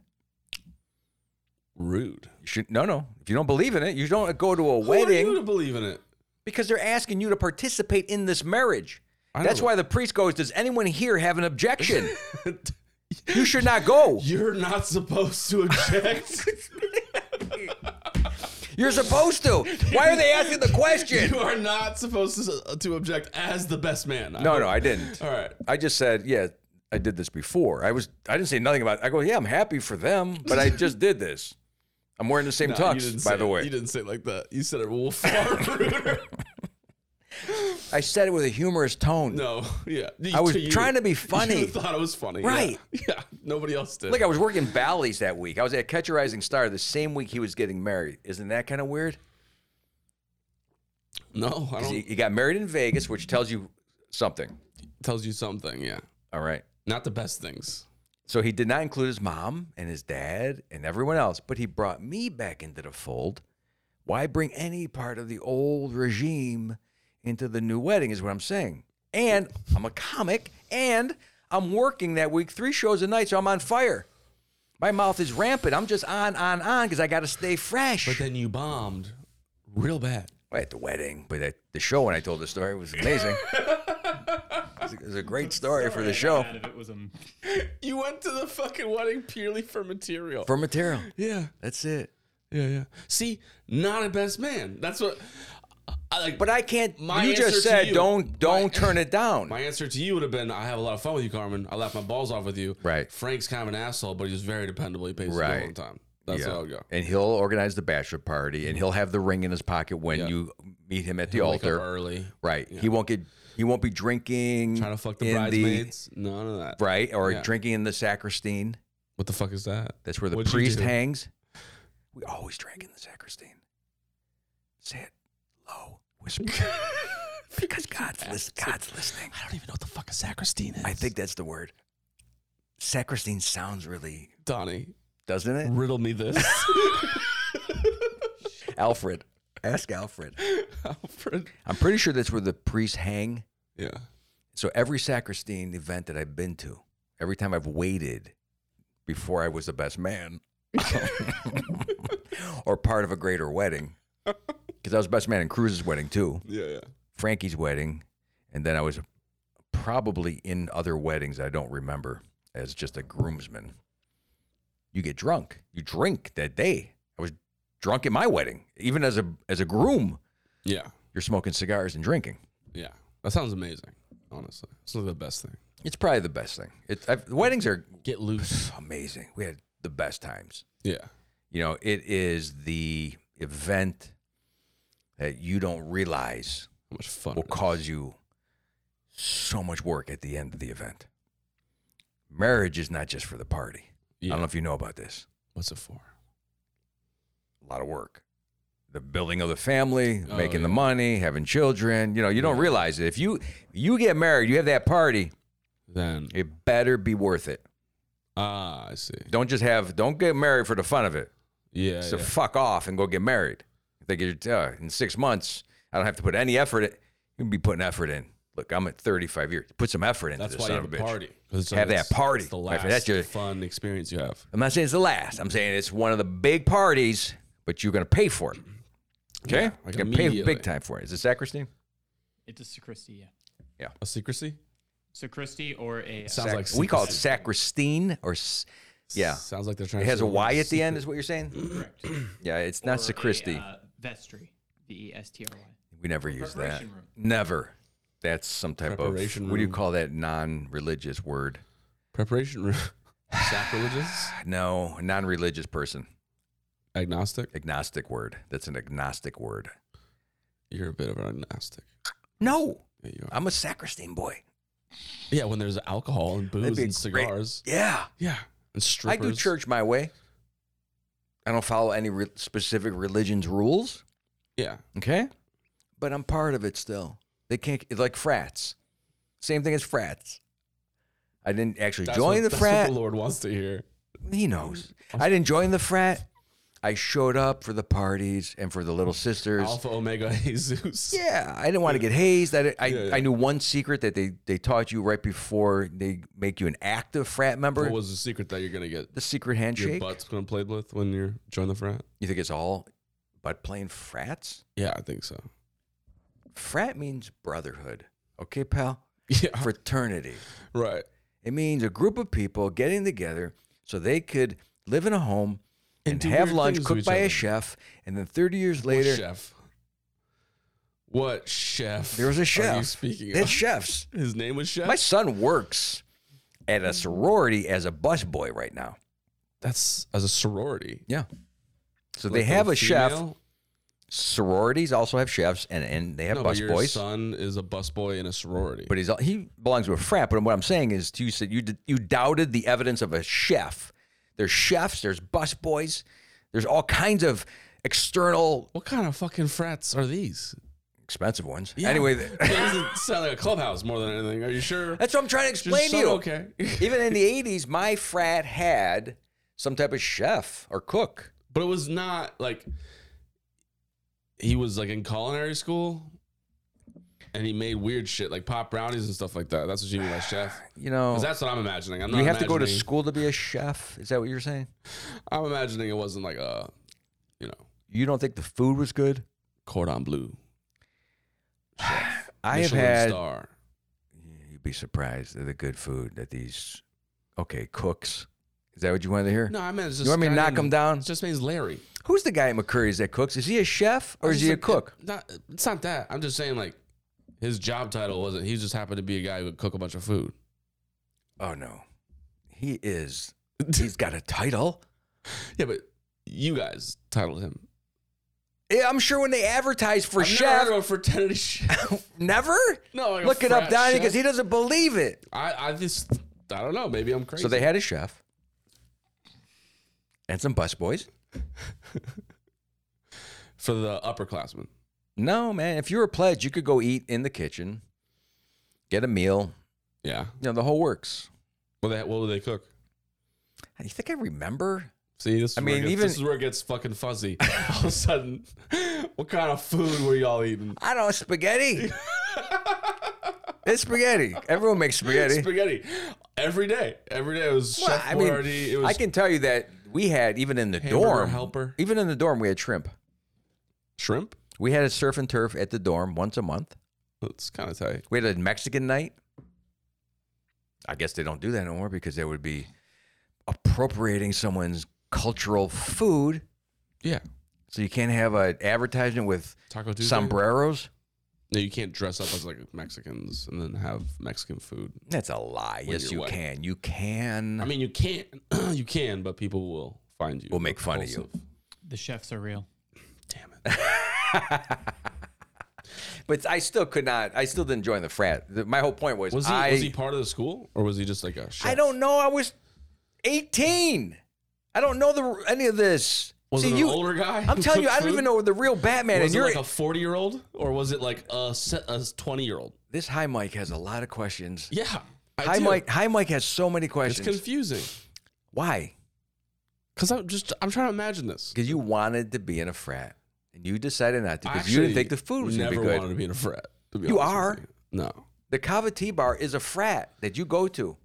Rude.
You should no, no. If you don't believe in it, you don't go to a
Who are you
wedding
to believe in it?
because they're asking you to participate in this marriage.
I
That's
know.
why the priest goes, Does anyone here have an objection? you should not go.
You're not supposed to object.
You're supposed to. Why are they asking the question?
you are not supposed to, to object as the best man.
No, no, I didn't.
All right.
I just said, Yeah, I did this before. I was I didn't say nothing about it. I go, Yeah, I'm happy for them, but I just did this. I'm wearing the same
No, you didn't
tux, by
say
the
it.
way.
You didn't say it like that. You said it well, far ruder.
I said it with a humorous tone.
No, yeah.
I was trying to be funny.
You thought it was funny. yeah.
Right.
Yeah, nobody else did.
Look, I was working Bally's that week. I was at Catch a Rising Star the same week he was getting married. Isn't that kind of weird?
no, I
'Cause
don't.
He, he got married in Vegas, which tells you something.
tells you something, yeah.
All right.
Not the best things.
So he did not include his mom and his dad and everyone else, but he brought me back into the fold. Why bring any part of the old regime into the new wedding, is what I'm saying. And I'm a comic and I'm working that week three shows a night, so I'm on fire. My mouth is rampant. I'm just on, on, on because I got to stay fresh.
But then you bombed real bad.
at the wedding, but at the show when I told the story was amazing. it, was a, it was a great story for the show.
Out of it was um,
You went to the fucking wedding purely for material.
For material.
yeah,
That's it.
yeah, yeah. See, not a best man. That's what I like.
But I can't.
My
you
answer to
just said
you-
don't don't
my-
turn it down.
My answer to you would have been, I have a lot of fun with you, Carmen. I laugh my balls off with you.
Right.
Frank's kind of an asshole, but he's very dependable. He pays his bill
Right.
on time. That's
Yeah.
how I'll go.
And he'll organize the bachelor party, and he'll have the ring in his pocket when
Yeah.
you meet him at the
Wake up
altar.
early.
Right. He won't get. He won't be drinking.
Trying to fuck the
in
bridesmaids. None of that.
right, or
Yeah.
drinking in the sacristan.
What the fuck is that?
That's where the
What'd you
priest
do?
hangs. We always drank in the sacristan. Say it low, whisper, because God's listen, God's listening.
I don't even know what the fuck a sacristine is.
I think that's the word. Sacristan sounds really,
Donnie,
doesn't it?
riddle me this.
Alfred, ask Alfred.
Alfred.
I'm pretty sure that's where the priests hang.
Yeah.
So every sacristan event that I've been to, every time I've waited before I was the best man or part of a greater wedding, because I was best man in Cruz's wedding too,
Yeah, yeah.
Frankie's wedding, and then I was probably in other weddings I don't remember as just a groomsman. You get drunk. You drink that day. I was drunk at my wedding, even as a as a groom.
Yeah.
You're smoking cigars and drinking.
Yeah. That sounds amazing, honestly. It's not the best thing.
It's probably the best thing. It, I've, weddings are
Get loose.
amazing. We had the best times.
Yeah.
You know, it is the event that you don't realize
How much fun.
will
it is.
cause you so much work at the end of the event. Marriage is not just for the party. I
Yeah.
don't know if you know about this.
What's it for?
A lot of work. The building of the family,
Oh,
making the
yeah.
money, having children. You know, you don't realize it. If you you get married, you have that party,
Then.
it better be worth it.
Ah, I see.
Don't just have don't get married for the fun of it.
Yeah.
So
Oh, yeah.
fuck off and go get married. If they get uh, in six months, I don't have to put any effort. In. You can be putting effort in. Look, I'm at 35 years. Put some effort into
That's
this
why
son
you have a
of a bitch.
party. 'Cause it's-
Have that
it's-
party,
It's the
my
last
friend. That's your-
fun experience you have.
I'm not saying it's the last. I'm saying it's one of the big parties, but you're gonna pay for it. Okay,
Yeah, like
you're gonna pay
immediately.
big time for it. Is it sacristan?
it's a sacristy, yeah.
A secrecy?
Sacristy or a uh,
Sounds like
we call it sacristine or s- yeah.
Sounds like they're trying
It
to
has a
say we're
Y at the
secret.
end, is what you're saying?
Mm-hmm.
correct.
Yeah, it's
or a,
not sacristy.
uh, vestry, V E S T R Y.
we never use that.
preparation room.
Never. That's some type of what
Preparation
do you
room.
call that non-religious word?
Preparation room. Sacrilegious?
No, non-religious person.
Agnostic?
Agnostic word. That's an agnostic word.
You're a bit of an agnostic.
No,
Yeah, you are.
I'm a sacristan boy.
Yeah, when there's alcohol and
That'd
booze
be
and
great-
cigars.
Yeah,
Yeah. And strippers.
I do church my way. I don't follow any re- specific religion's rules.
Yeah.
Okay, but I'm part of it still. They can't it's like frats. Same thing as frats. I didn't actually
That's
join
what-
the
that's
frat.
What the Lord wants to hear.
He knows. I didn't join the frat. I showed up for the parties and for the little sisters.
Alpha Omega Jesus.
Yeah, I didn't want to get hazed. I, I,
Yeah, yeah.
I knew one secret that they, they taught you right before they make you an active frat member.
What was the secret that you're gonna get
the secret
your
handshake.
butt's gonna played with when you join the frat?
You think it's all but playing frats?
Yeah, I think so.
Frat means brotherhood. Okay, pal?
Yeah,
Fraternity.
right.
It means a group of people getting together so they could live in a home
And
and,
do
have
weird
lunch
things
cooked
with each
by
other.
a chef. And then 30 years
What
later,
chef. What chef?
there was
are
a
you
chef.
speaking
They had
of?
chefs.
His name was Chef.
My son works at
Mm-hmm.
a sorority as a busboy right now.
That's as a sorority.
Yeah. So
Like
they have a chef.
female?
Sororities also have chefs, and, and they have
No, but your
busboys.
son is a busboy in a sorority.
But he's he belongs to a frat. But what I'm saying is, you said you did, you doubted the evidence of a chef. There's chefs. There's busboys. There's all kinds of external
what kind of fucking frats are these?
expensive ones.
Yeah.
Anyway,
It
th-
doesn't sound like a clubhouse more than anything. Are you sure?
that's what I'm trying to
Your
explain to
son
you.
Okay.
Even in the 80s, my frat had some type of chef or cook.
but it was not like he was like in culinary school and he made weird shit like pop brownies and stuff like that. That's what you mean by chef.
You know,
'Cause that's what I'm imagining. I'm
do
not
Oh. you have to go to
imagining-
school to be a chef? Is that what you're saying?
I'm imagining it wasn't like a, you know,
You don't think the food was good?
cordon bleu.
I
Michelin
have had.
star.
You'd be surprised at the good food that these okay cooks. Is that what you wanted to hear?
No, I meant it's just
you want me to
guy
knock him
named-
down?
It just means Larry.
Who's the guy at McCurry's that cooks? Is he a chef
Oh,
or is he a cook?
Not, it's not that. I'm just saying like his job title wasn't. He just happened to be a guy who would cook a bunch of food.
Oh no, he is. He's got a title.
Yeah, but you guys titled him
Yeah, I'm sure when they advertise for
I've never
chef,
heard of a fraternity chef.
never
No, like a
look it up,
frat
Donnie,
chef.
because he doesn't believe it.
I, I just, I don't know. Maybe I'm crazy.
So they had a chef and some busboys.
for the upperclassmen.
No man, if you were a pledge, you could go eat in the kitchen, get a meal.
Yeah.
You know the whole works.
What they, what would they cook?
You think I remember?
See, this. Is
I
where it
mean,
gets-
even-
this is where it gets fucking fuzzy. All of a sudden, what kind of food were y'all eating?
I don't know, spaghetti. it's spaghetti. Everyone makes spaghetti.
Spaghetti. Every day. Every day it was
Well,
Chef
I mean,
Boyardee. It was
I can tell you that we had even in the
Hamburger
dorm,
Helper.
even in the dorm, we had shrimp.
shrimp.
We had a surf and turf at the dorm once a month.
That's kind of tight.
We had a Mexican night. I guess they don't do that anymore because they would be appropriating someone's cultural food.
Yeah.
So you can't have an advertisement with
Taco Tuesday.
sombreros.
No, you can't dress up as like Mexicans and then have Mexican food.
That's a lie.
When
yes,
you're
you
white.
can. You can.
I mean, you can't. you can, but people will find you.
Will make fun of you.
Repulsive.
The chefs are real.
Damn it.
but I still could not. I still didn't join the frat. The- My whole point was,
Was he
I,
was he part of the school or was he just like a chef?
I don't know. I was 18. I don't know the any of this.
Was
See,
it an
you,
older guy?
I'm
who
telling you,
cooked
I don't
food?
even know the real Batman.
Was
and you're
it like a 40 year old or was it like a se- a 20 year old?
this high Mike has a lot of questions.
Yeah. I
high
do.
Mike, high Mike has so many
It's
questions.
confusing
Why?
because I'm just I'm trying to imagine this.
Because you wanted to be in a frat and you decided not to
I
because you didn't
actually
think the food was going
never
to be good.
wanted to be in a frat. to be
You
honest
are.
with you. no.
The Cava Tea Bar is a frat that you go to.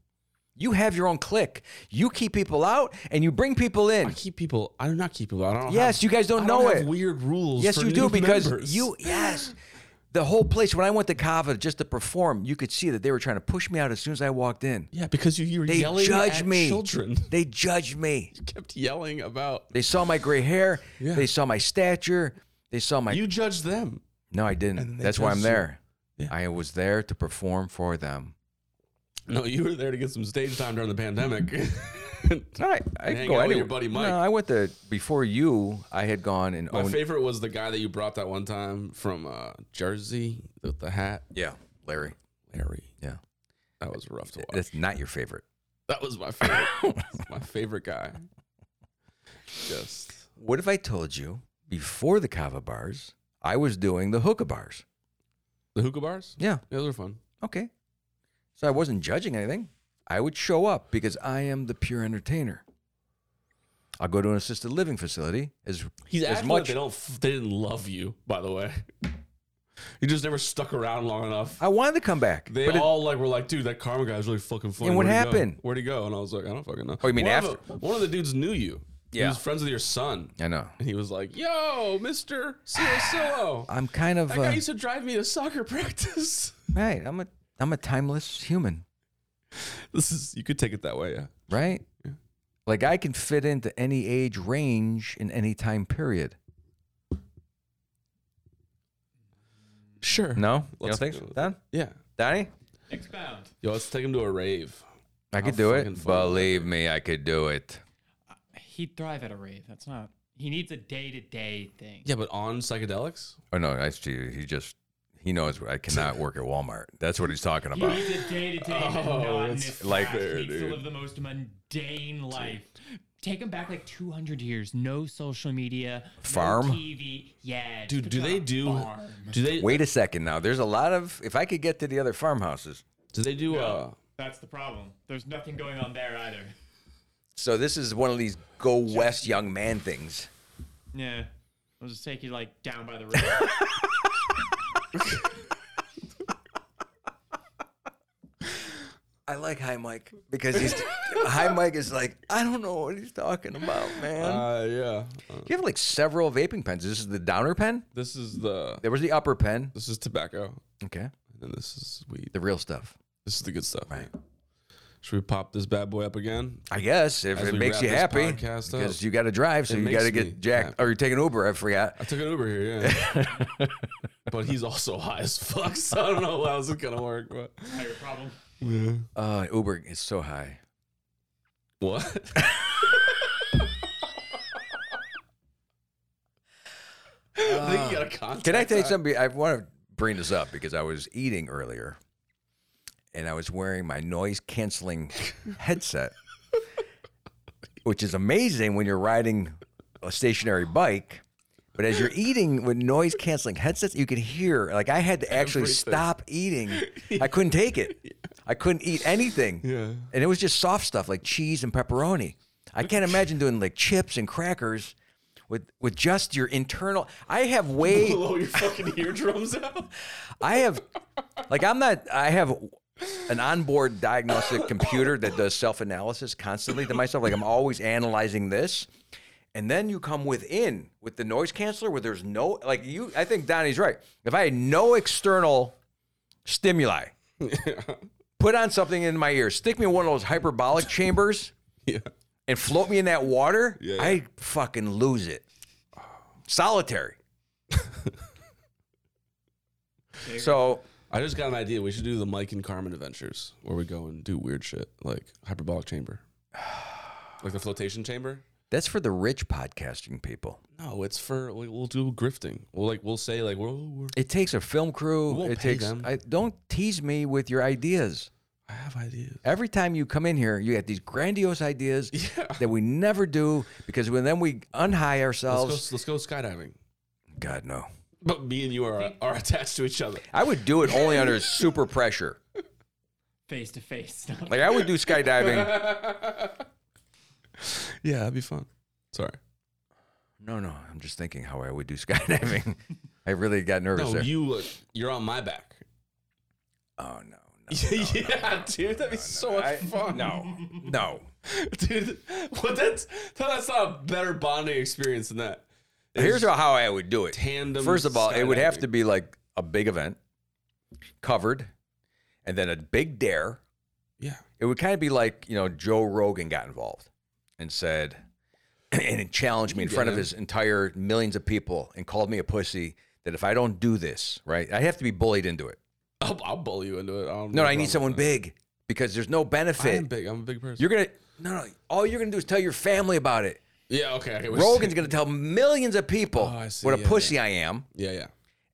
You have your own clique. You keep people out and you bring people
I
in.
keep people. I do not keep people. I don't.
Yes,
have-
you guys don't
I
know
have
it.
Weird rules.
Yes,
for
you do
new
because
members.
you yes. The whole place when I went to Kava just to perform, you could see that they were trying to push me out as soon as I walked in.
Yeah, because you, you were
They
yelling
judge
at
me.
children.
They judged me.
You kept yelling about.
They saw my gray hair.
Yeah.
They saw my stature. they saw my
You judged them.
No, I didn't.
And they
That's why I'm
judged you.
there.
Yeah.
I was there to perform for them.
No, you were there to get some stage time during the pandemic.
All right, I
hang out with your buddy Mike.
No, I went to before you. I had gone and
My
owned.
favorite was the guy that you brought that one time from uh, Jersey with the hat,
yeah, Larry.
Larry.
Yeah,
That was rough to watch.
that's not your favorite.
That was my favorite. my favorite guy. Just
What if I told you before the Kava bars, I was doing the hookah bars?
the hookah bars.
Yeah.
Yeah, those were fun.
Okay. So I wasn't judging anything. I would show up because I am the pure entertainer. I'll go to an assisted living facility as
He's
as
acting like
much.
they don't. f- They didn't love you, by the way. You just never stuck around long enough.
I wanted to come back.
They
but it-
all like were like, dude, that karma guy's really fucking funny.
And what
Where'd he go?
happened?
Where'd he go? And I was like, I don't fucking know.
Oh, you mean
one
after-
Of the- one of the dudes knew you. He
Yeah.
was friends with your son.
I know.
And he was like, yo, Mr. Silo Silo.
I'm kind of
That guy
uh,
used to drive me to soccer practice.
right. I'm a I'm a timeless human,
this is, you could take it that way, yeah.
right? Like I can fit into any age range in any time period.
Sure.
No, you don't
Let's
think
go
so?
with
Don,
Yeah.
Donnie,
Expound.
Yo, let's take him to a rave.
I could
How
do
fucking
it.
fun would that
Believe me, I could do it.
He'd thrive at a rave. That's not. He needs a day to day thing.
Yeah, but on psychedelics?
Oh no, I see. He just he knows I cannot work at Walmart. That's what he's talking
He
about.
needs a day to day
Oh,
monotonous
that's
like
life.
fair,
He needs
dude.
to live the most mundane life. Take him back like 200 years. No social media.
Farm?
No TV. Yeah.
Dude,
just put
do
him on
they
a
do-
farm.
Do they
Wait a second now. There's a lot of if I could get to the other farmhouses.
do they do uh
That's the problem. There's nothing going on there either.
So this is one of these go west young man things.
Yeah. I'll just take you like down by the river.
I like High Mike because he's High Mike is like I don't know what he's talking about, man.
uh yeah. Uh,
you have like several vaping pens. This is the downer pen.
this is the
There was the upper pen.
this is tobacco.
Okay,
And this is weed.
the real stuff.
This is the good stuff.
Right.
Should we pop this bad boy up again?
I guess if
As
it
we
makes
wrap
you
this
happy
podcast up,
because you got to drive, so
it
you
makes
got to
me
get jacked
happy.
or you're taking Uber. I forgot.
I took an Uber here, yeah. but he's also high as fuck, so I don't know how this is gonna work. But
Higher problem.
Uh, Uber is so high.
what? I think you got a contact.
Uh, Can I tell you
that.
something? I want to bring this up because I was eating earlier and I was wearing my noise canceling headset, which is amazing when you're riding a stationary bike. But as you're eating with noise canceling headsets, you can hear. Like I had to actually
Everything.
stop eating. I couldn't take it. I couldn't eat anything.
Yeah.
And it was just soft stuff like cheese and pepperoni. I can't imagine doing like chips and crackers with with just your internal. I have way
Blow your fucking eardrums out.
I have, like, I'm not. I have an onboard diagnostic computer that does self analysis constantly to myself. Like, I'm always analyzing this, and then you come within with the noise canceller where there's no like you. I think Donnie's right. If I had no external stimuli, put on something in my ear, stick me in one of those hyperbolic chambers,
Yeah.
and float me in that water,
Yeah, yeah.
I fucking lose it. Solitary. so.
I just got an idea. We should do the Mike and Carmen adventures where we go and do weird shit like hyperbolic chamber, like the flotation chamber.
That's for the rich podcasting people.
No, it's for we- we'll do grifting. We'll like we'll say like we're, we're
It takes a film crew.
won't
it
pay
takes.
them.
I, don't tease me with your ideas.
I have ideas.
Every time you come in here, you get these grandiose ideas that we never do because when then we unhigh ourselves.
Let's go, let's go skydiving.
God no.
But me and you are are attached to each other.
I would do it only under super pressure.
Face to face.
Like I would do skydiving.
Yeah, that'd be fun. Sorry.
No, no. I'm just thinking how I would do skydiving. I really got nervous
No,
there.
you uh, you're on my back.
oh no. no.
yeah, dude, that'd be so much
I-
fun.
No, no.
dude, what that's that's not a better bonding experience than that.
Here's how I would do it.
Tandem
First of all, it would have
skydiving.
to be like a big event, covered, and then a big dare.
Yeah.
It would kind of be like you know Joe Rogan got involved and said, and it challenged me in
Yeah,
front of
man.
his entire millions of people and called me a pussy. That if I don't do this, right, I have to be bullied into it.
I'll, I'll bully you into it. I don't
No,
have a
I
problem
need
with
someone
that.
big because there's no benefit.
I'm big. I'm a big person.
You're gonna no, no. All you're gonna do is tell your family about it.
yeah, okay. okay we're-
Rogan's gonna tell millions of people
Oh, I see,
what a
yeah,
pussy I am,
Yeah, yeah.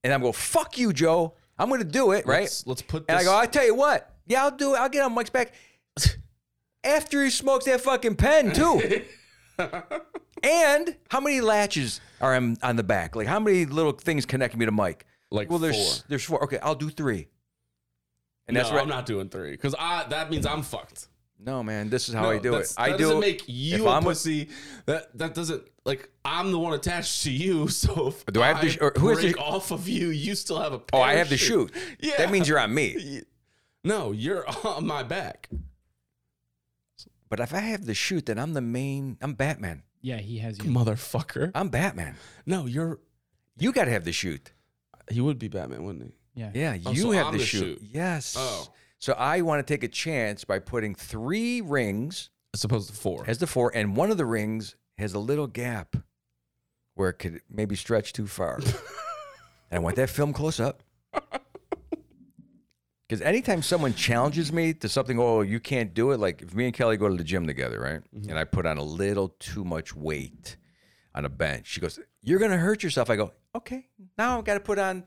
and I'm going fuck you, Joe. I'm gonna do it, right?
Let's, let's put this.
And I go, I tell you what, yeah, I'll do it. I'll get on Mike's back after he smokes that fucking pen too. and how many latches are on, on the back? Like how many little things connect me to Mike?
Like
well, there's
four.
there's four. Okay, I'll do three. And
no,
that's what
I'm not doing three because I that means I'm fucked.
No, man, this is how I
No,
do it.
that's-
I
that
do
doesn't
it.
make you
if
a
I'm a-
pussy. That that doesn't like I'm the one attached to you. So if
Do I have to sh- or who has to-
break off of you? You still have a.
oh, I have to shoot.
parachute. Yeah,
That means you're on me.
you're. No, you're on my back.
But if I have to shoot, then I'm the main. I'm Batman.
Yeah, he has you.
Motherfucker.
I'm Batman.
No, you're.
You got to have the shoot.
He would be Batman, wouldn't he?
Yeah.
Yeah,
Oh,
you
so
have
I'm
to
the
shoot.
shoot.
Yes.
Oh.
So I want to take a chance by putting three rings
As opposed to four.
as the four, and one of the rings has a little gap where it could maybe stretch too far. and I want that film close up. Because anytime someone challenges me to something, oh, you can't do it. Like if me and Kelly go to the gym together, right?
Mm-hmm.
And I put on a little too much weight on a bench, she goes, You're going to hurt yourself. I go, Okay, now I've got to put on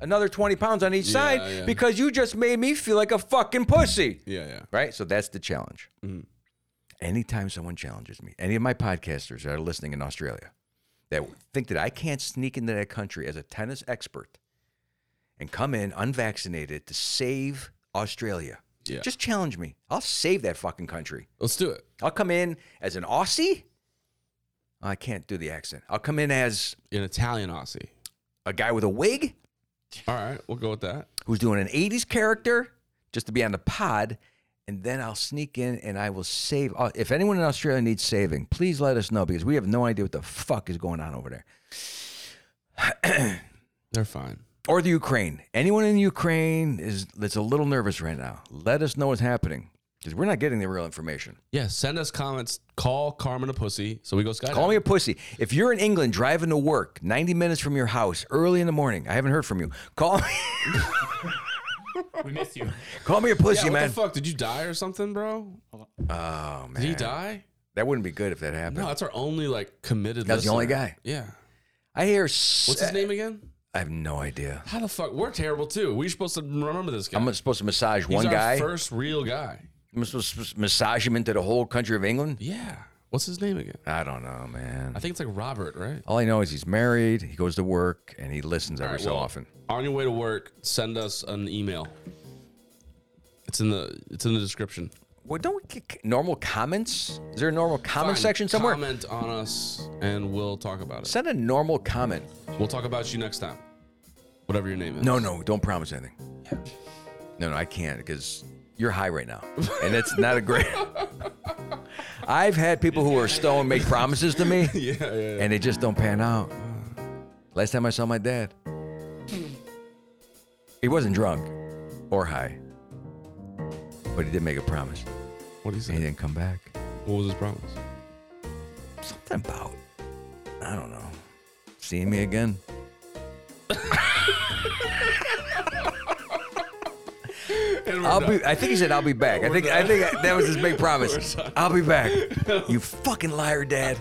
another 20 pounds on each
Yeah,
side
yeah.
because you just made me feel like a fucking pussy
yeah, yeah.
right? So that's the challenge. Anytime someone challenges me, any of my podcasters that are listening in Australia that think that I can't sneak into that country as a tennis expert and come in unvaccinated to save Australia,
Yeah.
just challenge me. I'll save that fucking country.
Let's do it.
I'll come in as an Aussie. I can't do the accent. I'll come in as
An Italian Aussie.
a guy with a wig
All right, we'll go with that.
who's doing an 80s character just to be on the pod. And then I'll sneak in and I will save. uh, If anyone in Australia needs saving, please let us know because we have no idea what the fuck is going on over there.
They're fine.
Or the Ukraine. Anyone in Ukraine is that's a little nervous right now. Let us know what's happening because we're not getting the real information.
Yeah, send us comments. Call Carmen a pussy. So we go skydiving.
Call me a pussy. If you're in England driving to work 90 minutes from your house early in the morning, I haven't heard from you. Call me,
We miss you.
call me a
Yeah,
pussy,
what
man.
the fuck? Did you die or something, bro?
oh, man.
Did he die?
That wouldn't be good if that happened.
No, that's our only like committed.
That's the only
listener.
guy.
Yeah.
I hear.
What's his name again?
I have no idea.
How the fuck? We're terrible too. We're supposed to remember this guy.
I'm supposed to massage
He's
one
our
guy.
first real guy.
I'm supposed to massage him into the whole country of England.
Yeah. What's his name again?
I don't know, man.
I think it's like Robert, right?
All I know is he's married. He goes to work and he listens every
All right,
so
well,
often.
On your way to work, send us an email. It's in the it's in the description.
Well, don't we get c- normal comments? Is there a normal comment
Fine,
section somewhere?
Comment on us, and we'll talk about it.
Send a normal comment.
We'll talk about you next time. Whatever your name is.
No, no, don't promise anything. No, no, I can't because you're high right now, and that's not a great. I've had people who are stoned make promises to me,
Yeah, yeah. yeah.
and they just don't pan out. Last time I saw my dad, he wasn't drunk or high, but he did make a promise,
What do you
and he
say?
didn't come back.
What was his promise?
Something about, I don't know, seeing me again. I'll be. I think he said I'll be back. I think. I think that was his big promise. I'll be back. You fucking liar, Dad.